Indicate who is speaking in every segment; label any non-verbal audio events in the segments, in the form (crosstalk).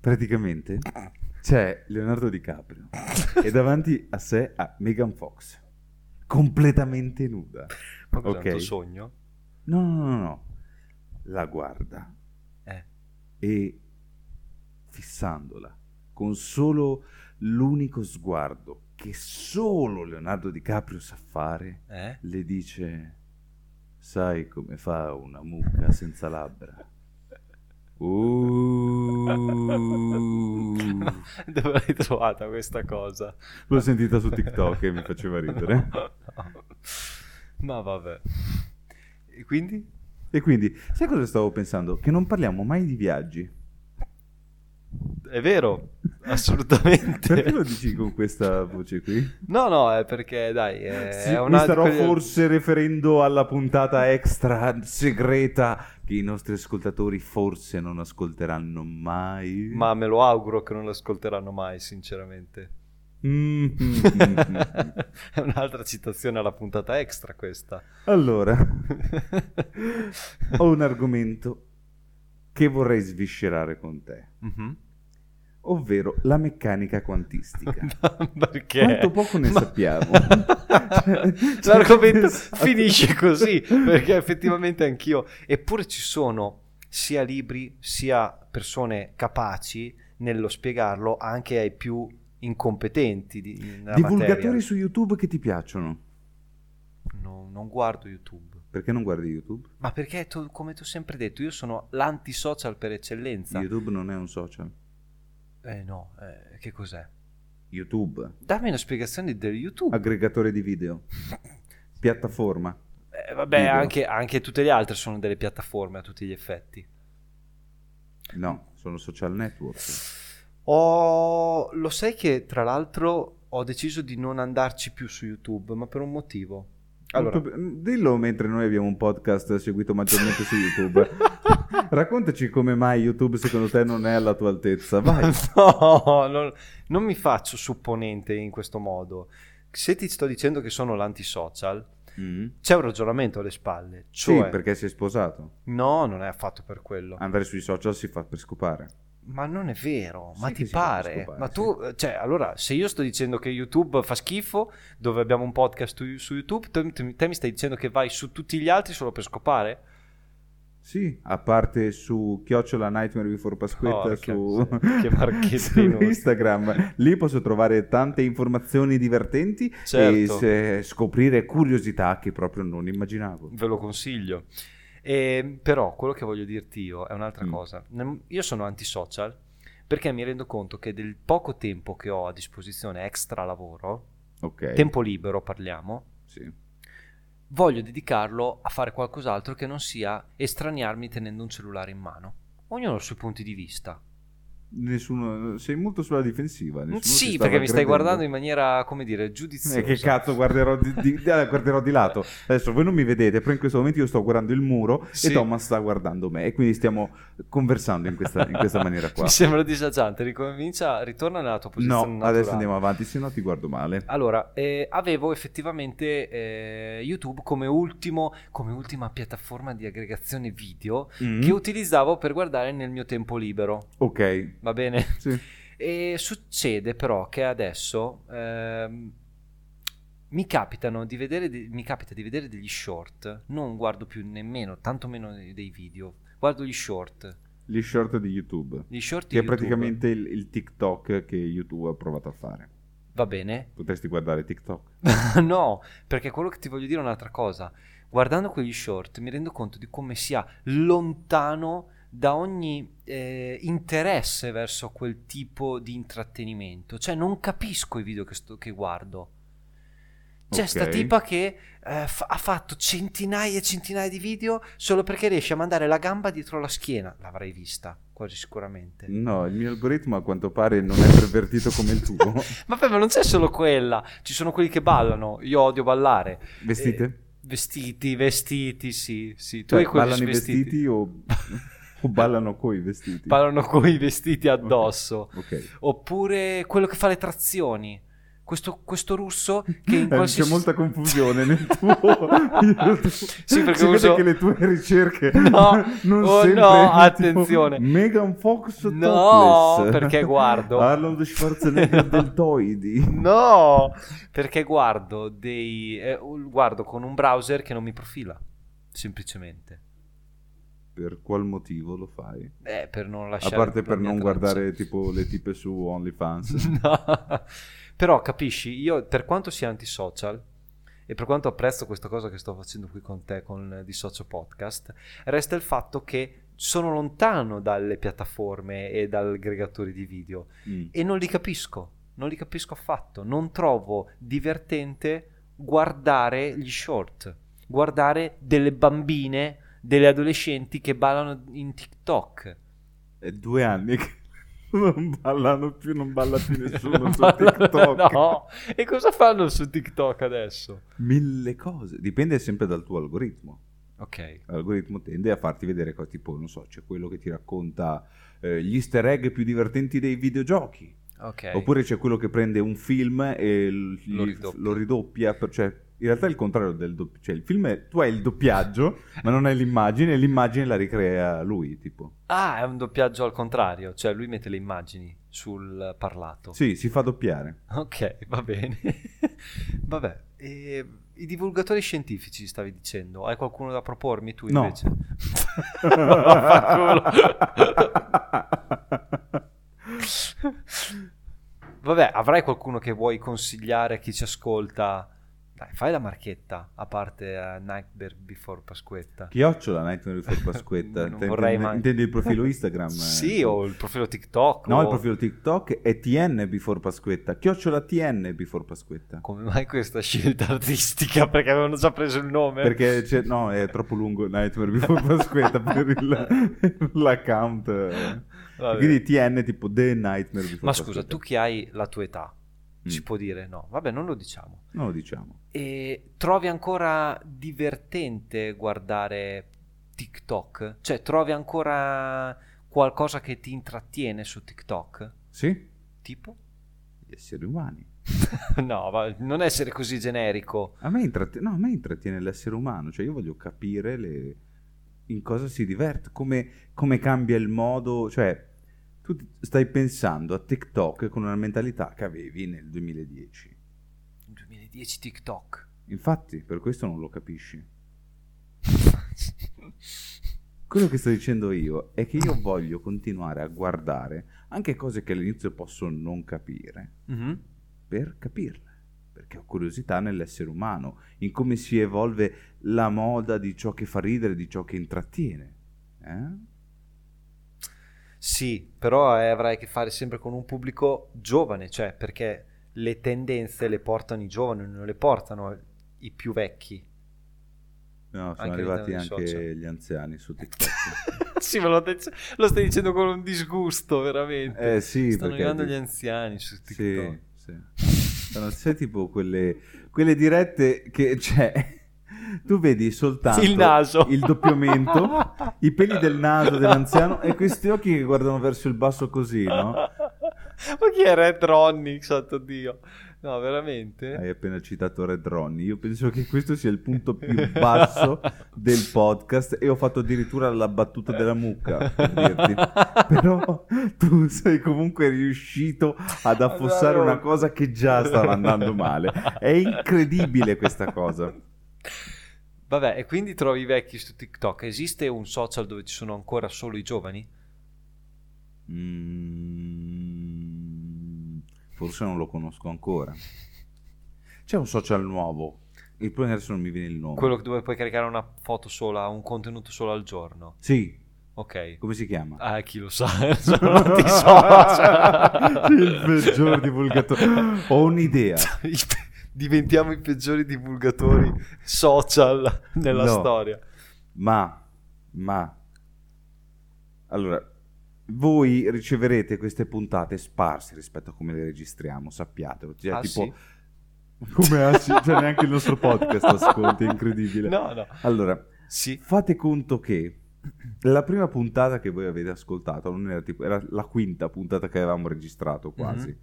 Speaker 1: Praticamente c'è Leonardo DiCaprio e davanti a sé ha Megan Fox, completamente nuda.
Speaker 2: Ma cos'è un
Speaker 1: Ok.
Speaker 2: tuo sogno?
Speaker 1: No, no, no, no. La guarda
Speaker 2: Eh.
Speaker 1: e fissandola con solo l'unico sguardo che solo Leonardo DiCaprio sa fare,
Speaker 2: Eh?
Speaker 1: le dice: Sai come fa una mucca senza
Speaker 2: (laughs)
Speaker 1: labbra? Uh.
Speaker 2: Dove l'hai trovata questa cosa?
Speaker 1: L'ho sentita su TikTok e mi faceva ridere.
Speaker 2: (laughs) No. Ma vabbè. E quindi?
Speaker 1: E quindi, sai cosa stavo pensando? Che non parliamo mai di viaggi.
Speaker 2: È vero, assolutamente.
Speaker 1: Perché lo dici con questa voce qui?
Speaker 2: No, no, è perché dai, è
Speaker 1: Sì,
Speaker 2: è
Speaker 1: mi
Speaker 2: Eh, una
Speaker 1: starò
Speaker 2: quelle-
Speaker 1: forse riferendo alla puntata extra segreta che i nostri ascoltatori forse non ascolteranno
Speaker 2: (laughs)
Speaker 1: mai.
Speaker 2: Ma me lo auguro che non lo ascolteranno mai, sinceramente.
Speaker 1: Mm, mm, mm, mm.
Speaker 2: (laughs) è un'altra citazione alla puntata extra questa.
Speaker 1: allora, ho un argomento che vorrei sviscerare con te,
Speaker 2: Mhm.
Speaker 1: ovvero la meccanica quantistica.
Speaker 2: (laughs) Perché?
Speaker 1: Quanto poco ne
Speaker 2: Ma-
Speaker 1: sappiamo.
Speaker 2: (laughs) L'argomento
Speaker 1: Cioè,
Speaker 2: finisce così, perché effettivamente anch'io. Eppure ci sono sia libri sia persone capaci nello spiegarlo anche ai più incompetenti di, nella
Speaker 1: Divulgatori
Speaker 2: materia.
Speaker 1: su YouTube che ti piacciono.
Speaker 2: No, non guardo YouTube.
Speaker 1: Perché non guardi YouTube?
Speaker 2: Ma perché, tu- come ti ho sempre detto, io sono l'antisocial per eccellenza.
Speaker 1: YouTube non è un social.
Speaker 2: Eh no, eh, che cos'è?
Speaker 1: YouTube,
Speaker 2: Dammi una spiegazione del YouTube.
Speaker 1: aggregatore di video, piattaforma.
Speaker 2: Eh, vabbè,
Speaker 1: Video.
Speaker 2: anche, anche tutte le altre sono delle piattaforme a tutti gli effetti.
Speaker 1: No, sono social network.
Speaker 2: Ho- Lo sai che tra l'altro ho deciso di non andarci più su YouTube, ma per un motivo. (laughs) Allora,
Speaker 1: Molto be- mm, Dillo mentre noi abbiamo un podcast seguito maggiormente su
Speaker 2: (laughs)
Speaker 1: YouTube. Raccontaci come mai YouTube secondo te non è alla tua altezza. (laughs) Vai.
Speaker 2: no, non, non mi faccio supponente in questo modo. Se ti sto dicendo che sono l'antisocial,
Speaker 1: Mm.
Speaker 2: c'è un ragionamento alle spalle. Cioè,
Speaker 1: Sì, perché sei sposato.
Speaker 2: no, non è affatto per quello.
Speaker 1: Andare sui social si fa per scopare.
Speaker 2: Ma non è vero,
Speaker 1: Sì
Speaker 2: ma
Speaker 1: che
Speaker 2: ti
Speaker 1: si può
Speaker 2: pare?
Speaker 1: scopare,
Speaker 2: Ma
Speaker 1: sì.
Speaker 2: tu, cioè, allora, se io sto dicendo che YouTube fa schifo, dove abbiamo un podcast tu- su YouTube, te, te- te mi stai dicendo che vai su tutti gli altri solo per scopare?
Speaker 1: Sì, a parte su Chiocciola Nightmare Before Pasquetta
Speaker 2: Porca
Speaker 1: su...
Speaker 2: miseria,
Speaker 1: (laughs)
Speaker 2: che marchettino.
Speaker 1: su Instagram. Lì posso trovare tante informazioni divertenti e
Speaker 2: Certo.
Speaker 1: se- scoprire curiosità che proprio non immaginavo.
Speaker 2: Ve lo consiglio. E, però quello che voglio dirti io è un'altra
Speaker 1: Mm.
Speaker 2: cosa. Nem- Io sono antisocial perché mi rendo conto che del poco tempo che ho a disposizione extra lavoro,
Speaker 1: Ok.
Speaker 2: tempo libero parliamo,
Speaker 1: Sì.
Speaker 2: voglio dedicarlo a fare qualcos'altro che non sia estraniarmi tenendo un cellulare in mano. Ognuno ha i suoi punti di vista.
Speaker 1: Nessuno, sei molto sulla difensiva. nessuno ti
Speaker 2: Mm, sì,
Speaker 1: stava
Speaker 2: perché mi stai
Speaker 1: aggredendo.
Speaker 2: guardando in maniera, come dire, giudiziosa.
Speaker 1: Eh, che cazzo guarderò di, di- eh, guarderò di lato adesso voi non mi vedete però in questo momento io sto guardando il muro
Speaker 2: Sì.
Speaker 1: e Thomas sta guardando me e quindi stiamo conversando in questa, in questa maniera qua
Speaker 2: (laughs) Mi sembra disagiante, ricomincia, ritorna nella tua
Speaker 1: no
Speaker 2: posizione naturale.
Speaker 1: adesso andiamo avanti se no ti guardo male
Speaker 2: Allora, eh, avevo effettivamente eh, YouTube come, ultimo, come ultima piattaforma di aggregazione video
Speaker 1: Mm.
Speaker 2: che utilizzavo per guardare nel mio tempo libero,
Speaker 1: ok
Speaker 2: va bene?
Speaker 1: sì.
Speaker 2: E succede però che adesso ehm, mi, capitano di vedere de- mi capita di vedere degli short, non guardo più nemmeno, tantomeno dei dei video, guardo gli short,
Speaker 1: gli short di YouTube
Speaker 2: gli short di
Speaker 1: che è
Speaker 2: YouTube.
Speaker 1: praticamente il, il TikTok che YouTube ha provato a fare
Speaker 2: Va bene?
Speaker 1: potresti guardare TikTok
Speaker 2: (laughs) no, perché quello che ti voglio dire è un'altra cosa. Guardando quegli short mi rendo conto di come sia lontano da ogni eh, interesse verso quel tipo di intrattenimento. Cioè, non capisco i video che, sto- che guardo. C'è
Speaker 1: Ok.
Speaker 2: sta tipa che eh, fa- ha fatto centinaia e centinaia di video solo perché riesce a mandare la gamba dietro la schiena. L'avrei vista, quasi sicuramente.
Speaker 1: no il mio algoritmo a quanto pare non è pervertito come il (laughs) tuo
Speaker 2: Vabbè, ma non c'è solo quella. Ci sono quelli che ballano. Io odio ballare.
Speaker 1: vestite?
Speaker 2: Eh, vestiti, vestiti, sì, sì. Tu
Speaker 1: Cioè,
Speaker 2: hai quelli
Speaker 1: ballano i
Speaker 2: vestiti.
Speaker 1: vestiti, o, (laughs) o ballano coi vestiti?
Speaker 2: Ballano con i vestiti addosso.
Speaker 1: Ok.
Speaker 2: Oppure quello che fa le trazioni. questo, questo russo che in
Speaker 1: Eh,
Speaker 2: qualsiasi...
Speaker 1: C'è molta confusione
Speaker 2: (laughs)
Speaker 1: nel tuo... sì,
Speaker 2: perché
Speaker 1: si vede
Speaker 2: uso-
Speaker 1: che le tue ricerche
Speaker 2: (laughs) No,
Speaker 1: (laughs) non
Speaker 2: oh
Speaker 1: sempre...
Speaker 2: no,
Speaker 1: tipo,
Speaker 2: attenzione.
Speaker 1: Megan Fox
Speaker 2: No,
Speaker 1: topless.
Speaker 2: perché
Speaker 1: (laughs)
Speaker 2: guardo.
Speaker 1: Arnold
Speaker 2: (laughs)
Speaker 1: Schwarzenegger deltoidi.
Speaker 2: No, perché guardo dei... eh, guardo con un browser che non mi profila, semplicemente.
Speaker 1: Per qual motivo lo fai?
Speaker 2: Eh, per non
Speaker 1: A
Speaker 2: lasciare...
Speaker 1: parte per non
Speaker 2: niente,
Speaker 1: guardare
Speaker 2: so.
Speaker 1: tipo le tipe su
Speaker 2: (laughs)
Speaker 1: OnlyFans.
Speaker 2: No. Però capisci, io per quanto sia antisocial e per quanto apprezzo questa cosa che sto facendo qui con te con eh, di Socio Podcast, resta il fatto che sono lontano dalle piattaforme e dagli aggregatori di video
Speaker 1: Mm.
Speaker 2: e non li capisco, non li capisco affatto, non trovo divertente guardare gli short, guardare delle bambine, delle adolescenti che ballano in TikTok.
Speaker 1: È due anni che (laughs) non ballano più, non balla
Speaker 2: (laughs)
Speaker 1: più nessuno su
Speaker 2: Ballano-
Speaker 1: TikTok.
Speaker 2: No, e cosa fanno su TikTok adesso?
Speaker 1: Mille cose. Dipende sempre dal tuo algoritmo.
Speaker 2: Ok.
Speaker 1: L'algoritmo tende a farti vedere cose tipo, non so, c'è quello che ti racconta eh, gli easter egg più divertenti dei videogiochi.
Speaker 2: Ok.
Speaker 1: Oppure c'è quello che prende un film e l- gli- lo
Speaker 2: Lo ridoppia.
Speaker 1: ridoppia. per- cioè, in realtà è il contrario del doppio. Cioè, il film è, tu hai il
Speaker 2: (laughs)
Speaker 1: doppiaggio, ma non hai l'immagine, e l'immagine la ricrea lui, tipo.
Speaker 2: Ah, è un doppiaggio al contrario, cioè lui mette le immagini sul parlato.
Speaker 1: Sì, si fa doppiare.
Speaker 2: Ok, va bene. (laughs) Vabbè, e i divulgatori scientifici stavi dicendo, hai qualcuno da propormi tu
Speaker 1: No.
Speaker 2: invece? Vaffanculo. (laughs) Vabbè, avrai qualcuno che vuoi consigliare a chi ci ascolta? Dai, fai la marchetta, a parte eh, Nightmare Before
Speaker 1: (laughs)
Speaker 2: Pasquetta.
Speaker 1: Chiocciola Nightmare
Speaker 2: (laughs)
Speaker 1: Before Pasquetta.
Speaker 2: Non
Speaker 1: Intendi-
Speaker 2: vorrei mai-
Speaker 1: intendi il profilo Instagram? eh?
Speaker 2: Sì, o il profilo TikTok.
Speaker 1: No,
Speaker 2: o-
Speaker 1: il profilo TikTok è TN Before Pasquetta. Chiocciola TN Before Pasquetta.
Speaker 2: Come mai questa scelta artistica? Perché avevano già preso il nome?
Speaker 1: Perché c'è- no, è troppo lungo Nightmare
Speaker 2: (laughs)
Speaker 1: Before Pasquetta per il- (laughs) l'account.
Speaker 2: Vabbè.
Speaker 1: Quindi TN tipo The Nightmare Before
Speaker 2: Ma scusa,
Speaker 1: Pasquetta.
Speaker 2: tu che hai la tua età,
Speaker 1: Mm.
Speaker 2: si può dire no? Vabbè, non lo diciamo.
Speaker 1: Non lo diciamo.
Speaker 2: E trovi ancora divertente guardare TikTok? Cioè, trovi ancora qualcosa che ti intrattiene su TikTok?
Speaker 1: Sì?
Speaker 2: Tipo? (laughs)
Speaker 1: Gli esseri umani.
Speaker 2: no, va- non essere così generico.
Speaker 1: A me, intratte- no, a me intrattiene l'essere umano, cioè io voglio capire le- in cosa si diverte, come, come cambia il modo, cioè tu ti- stai pensando a TikTok con una mentalità che avevi nel 2010.
Speaker 2: 2010 TikTok. (laughs)
Speaker 1: Infatti, per questo non lo capisci. Quello che sto dicendo io è che io voglio continuare a guardare anche cose che all'inizio posso non capire,
Speaker 2: Mhm.
Speaker 1: per capirle, perché ho curiosità nell'essere umano, in come si evolve la moda di ciò che fa ridere, di ciò che intrattiene. Eh?
Speaker 2: Sì, però eh, avrai a che fare sempre con un pubblico giovane, cioè perché le tendenze le portano i giovani, non le portano i più vecchi.
Speaker 1: No, sono
Speaker 2: Anche
Speaker 1: arrivati
Speaker 2: all'interno dei
Speaker 1: anche
Speaker 2: social.
Speaker 1: gli anziani su TikTok.
Speaker 2: (laughs) sì, ma lo, dic- lo stai dicendo con un disgusto, veramente.
Speaker 1: eh sì,
Speaker 2: Stanno
Speaker 1: perché...
Speaker 2: arrivando gli anziani (laughs) su
Speaker 1: Sì,
Speaker 2: TikTok.
Speaker 1: sì. Sono, sai tipo quelle, quelle dirette che c'è... (laughs) Tu vedi soltanto
Speaker 2: Il naso.
Speaker 1: il doppiamento,
Speaker 2: (laughs)
Speaker 1: i peli del naso dell'anziano e questi occhi che guardano verso il basso così, no?
Speaker 2: ma chi è Red Ronnie, santo Dio? No, veramente?
Speaker 1: Hai appena citato Red Ronnie. Io penso che questo sia Eh, il punto più basso del
Speaker 2: (laughs)
Speaker 1: podcast e ho fatto addirittura la battuta della (laughs) mucca, per dirti. Però tu sei comunque riuscito ad affossare una cosa che già stava andando male. È incredibile questa cosa.
Speaker 2: Vabbè, e quindi trovi i vecchi su TikTok. Esiste un social dove ci sono ancora solo i giovani?
Speaker 1: Mm, forse non lo conosco ancora. C'è un social nuovo. Il problema adesso non mi viene il nome.
Speaker 2: Quello dove puoi caricare una foto sola, un contenuto solo al giorno.
Speaker 1: Sì,
Speaker 2: Ok.
Speaker 1: come si chiama?
Speaker 2: Ah, chi lo sa, (laughs) sono
Speaker 1: (laughs)
Speaker 2: antisocial.
Speaker 1: Il peggior divulgatore. Ho
Speaker 2: (laughs)
Speaker 1: un'idea.
Speaker 2: I pe- Diventiamo i peggiori divulgatori social nella
Speaker 1: No.
Speaker 2: storia.
Speaker 1: Ma, ma, allora, voi riceverete queste puntate sparse rispetto a come le registriamo, sappiatelo. Cioè,
Speaker 2: Ah,
Speaker 1: tipo,
Speaker 2: sì?
Speaker 1: (laughs) come ah, sì? Cioè, neanche il nostro
Speaker 2: (laughs)
Speaker 1: podcast ascolti, è incredibile.
Speaker 2: No, no.
Speaker 1: Allora,
Speaker 2: Sì.
Speaker 1: fate conto che la prima puntata che voi avete
Speaker 2: Mhm.
Speaker 1: ascoltato non era tipo, era la quinta puntata che avevamo registrato quasi.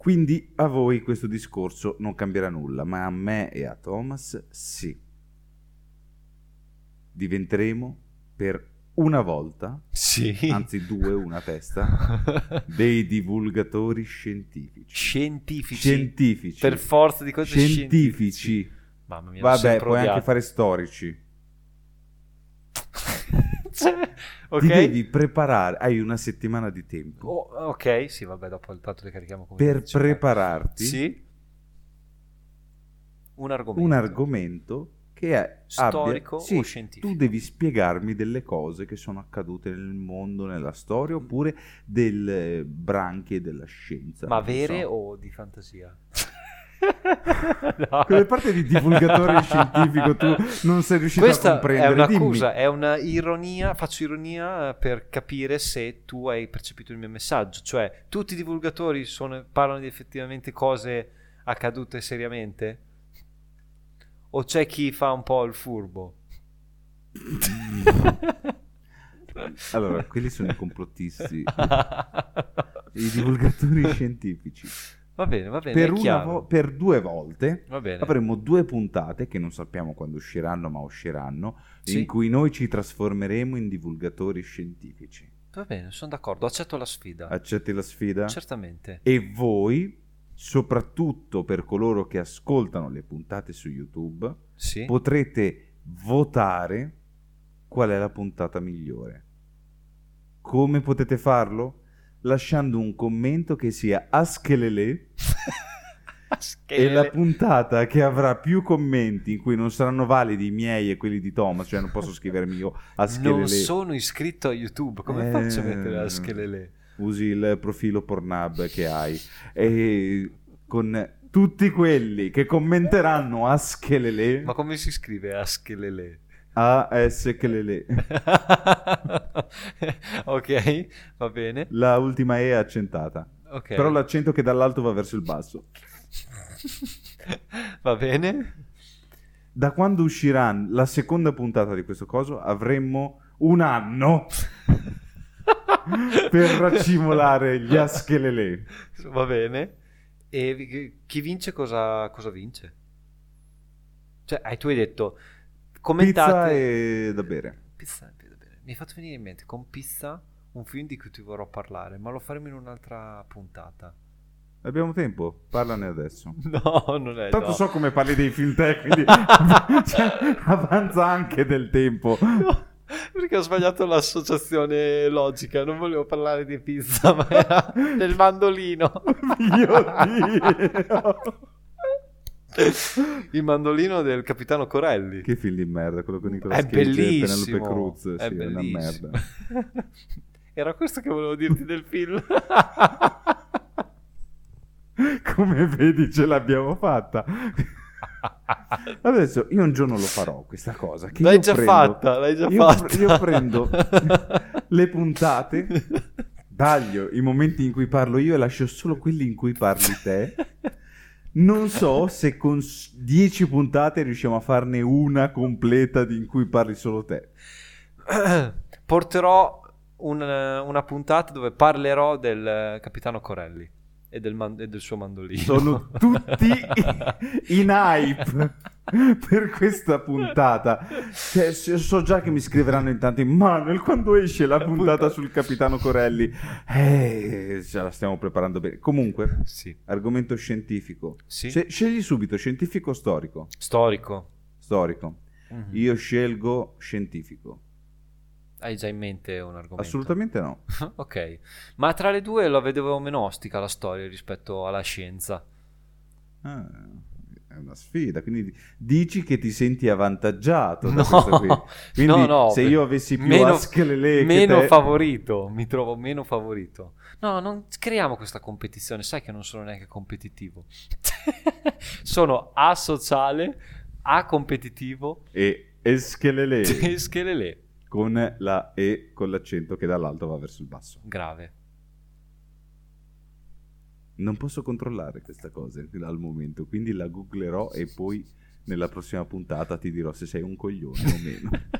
Speaker 1: Quindi a voi questo discorso non cambierà nulla, ma a me e a Thomas sì. Diventeremo per una volta,
Speaker 2: Sì.
Speaker 1: anzi due, una a Ah, testa, dei divulgatori scientifici.
Speaker 2: (laughs) scientifici.
Speaker 1: Scientifici.
Speaker 2: Per forza di cose
Speaker 1: scientifici.
Speaker 2: Mamma mia, l'ho
Speaker 1: Vabbè,
Speaker 2: sempre
Speaker 1: puoi anche
Speaker 2: odiato.
Speaker 1: fare storici.
Speaker 2: (laughs) Cioè, ok.
Speaker 1: Ti devi preparare, hai una settimana di tempo
Speaker 2: Oh, ok, sì, vabbè, dopo tanto le carichiamo come
Speaker 1: per
Speaker 2: dice.
Speaker 1: prepararti
Speaker 2: Sì. Un argomento.
Speaker 1: un argomento che è
Speaker 2: Storico
Speaker 1: abbia- sì,
Speaker 2: o scientifico?
Speaker 1: Tu devi spiegarmi delle cose che sono accadute nel mondo, nella storia, oppure delle branche della scienza.
Speaker 2: Ma
Speaker 1: non
Speaker 2: vere
Speaker 1: so.
Speaker 2: o
Speaker 1: (laughs)
Speaker 2: di fantasia? no.
Speaker 1: Quelle parti di
Speaker 2: (laughs)
Speaker 1: divulgatore scientifico tu non sei riuscito a
Speaker 2: Questa
Speaker 1: comprendere,
Speaker 2: È un'accusa,
Speaker 1: dimmi.
Speaker 2: è una ironia. Faccio ironia eh, per capire se tu hai percepito il mio messaggio. Cioè, tutti i divulgatori sono- parlano di effettivamente cose accadute seriamente? O c'è chi fa un po' il furbo?
Speaker 1: Allora, quelli sono i
Speaker 2: (laughs)
Speaker 1: complottisti. I divulgatori scientifici.
Speaker 2: Va bene, va bene.
Speaker 1: Per,
Speaker 2: è
Speaker 1: una
Speaker 2: chiaro.
Speaker 1: vo- per due volte
Speaker 2: Va bene.
Speaker 1: avremo due puntate che non sappiamo quando usciranno, ma usciranno,
Speaker 2: Sì,
Speaker 1: in cui noi ci trasformeremo in divulgatori scientifici.
Speaker 2: Va bene, sono d'accordo. Accetto la sfida.
Speaker 1: Accetti la sfida?
Speaker 2: Certamente.
Speaker 1: Eh, E voi, soprattutto per coloro che ascoltano le puntate su YouTube, (laughs)
Speaker 2: Sì. (laughs)
Speaker 1: potrete votare qual è la puntata migliore. Come potete farlo? Lasciando un commento che sia a schelelè e la puntata che avrà più commenti in cui non saranno validi i miei e quelli di Thomas, cioè non posso scrivermi io a
Speaker 2: non
Speaker 1: schelelè.
Speaker 2: sono iscritto a YouTube. Come
Speaker 1: Eh.
Speaker 2: faccio a mettere la schelele?
Speaker 1: Usi il profilo Pornhub che hai e con tutti quelli che commenteranno a schelelè
Speaker 2: Ma come si scrive a schelele? (laughs)
Speaker 1: a s chelelè.
Speaker 2: ok, va bene.
Speaker 1: La ultima E è accentata.
Speaker 2: Ok.
Speaker 1: Però l'accento che dall'alto va verso il basso.
Speaker 2: (laughs) va bene.
Speaker 1: Da quando uscirà la seconda puntata di questo coso avremmo un anno per raccimolare
Speaker 2: (laughs)
Speaker 1: gli aschelele.
Speaker 2: Va bene. E vi- chi vince cosa, cosa vince? Cioè, hai tu hai detto
Speaker 1: Pizza
Speaker 2: commentate
Speaker 1: e da bere.
Speaker 2: Pizza, bene, bene. Mi è fatto venire in mente con Pizza un film di cui ti vorrò parlare, ma lo faremo in un'altra puntata.
Speaker 1: Abbiamo tempo, parlane adesso.
Speaker 2: No, non è
Speaker 1: Tanto
Speaker 2: no.
Speaker 1: (laughs) so come parli dei film te,
Speaker 2: (laughs)
Speaker 1: quindi cioè, avanza anche del tempo.
Speaker 2: No, Perché ho sbagliato l'associazione logica, non volevo parlare di pizza, ma era del mandolino.
Speaker 1: Mio Dio.
Speaker 2: (laughs) Il mandolino del capitano Corelli.
Speaker 1: Che film di merda, quello con Nicolas
Speaker 2: È
Speaker 1: Cage e
Speaker 2: bellissimo.
Speaker 1: Penelope Cruz.
Speaker 2: è
Speaker 1: sì, una
Speaker 2: bellissimo.
Speaker 1: merda.
Speaker 2: (laughs) Era questo che volevo dirti del film.
Speaker 1: Come vedi, ce l'abbiamo
Speaker 2: (laughs)
Speaker 1: fatta. Adesso io un giorno lo farò questa cosa. Che
Speaker 2: L'hai
Speaker 1: io
Speaker 2: già
Speaker 1: prendo-
Speaker 2: fatta, l'hai già
Speaker 1: io
Speaker 2: fatta.
Speaker 1: pre- io prendo le
Speaker 2: (laughs)
Speaker 1: puntate, taglio i momenti in cui parlo io e lascio solo quelli in cui parli te. Non so se con 10 puntate riusciamo a farne una completa di- in cui parli solo te.
Speaker 2: Porterò un- una puntata dove parlerò del eh, capitano Corelli e del, man- e del suo mandolino.
Speaker 1: Sono
Speaker 2: (laughs)
Speaker 1: tutti in hype per questa puntata. Cioè, se- so già che mi scriveranno in tanti Manuel quando esce la
Speaker 2: La
Speaker 1: puntata
Speaker 2: puntata."
Speaker 1: sul capitano Corelli. Eh, ce la stiamo preparando bene. Comunque,
Speaker 2: Sì.
Speaker 1: argomento scientifico.
Speaker 2: Sì.
Speaker 1: Se- scegli subito scientifico o storico?
Speaker 2: Storico.
Speaker 1: Storico.
Speaker 2: Mhm.
Speaker 1: Io scelgo scientifico.
Speaker 2: Hai già in mente un argomento?
Speaker 1: Assolutamente no.
Speaker 2: (laughs) ok. Ma tra le due la vedevo meno ostica la storia rispetto alla scienza.
Speaker 1: Ah, è una sfida, quindi dici che ti senti avvantaggiato da
Speaker 2: No.
Speaker 1: questo
Speaker 2: (laughs)
Speaker 1: qui. Quindi
Speaker 2: No, no,
Speaker 1: se
Speaker 2: beh,
Speaker 1: io avessi più
Speaker 2: meno-
Speaker 1: Askelele che
Speaker 2: Meno
Speaker 1: te-
Speaker 2: favorito, mi trovo meno favorito. No, non creiamo questa competizione, sai che non sono neanche competitivo. (laughs) sono A sociale, A competitivo
Speaker 1: e
Speaker 2: (laughs)
Speaker 1: Eskelele
Speaker 2: e schelele.
Speaker 1: con la E con l'accento che dall'alto va verso il basso.
Speaker 2: Grave.
Speaker 1: Non posso controllare questa cosa al momento, quindi la googlerò e poi nella prossima puntata ti dirò se sei un coglione o meno.
Speaker 2: (laughs)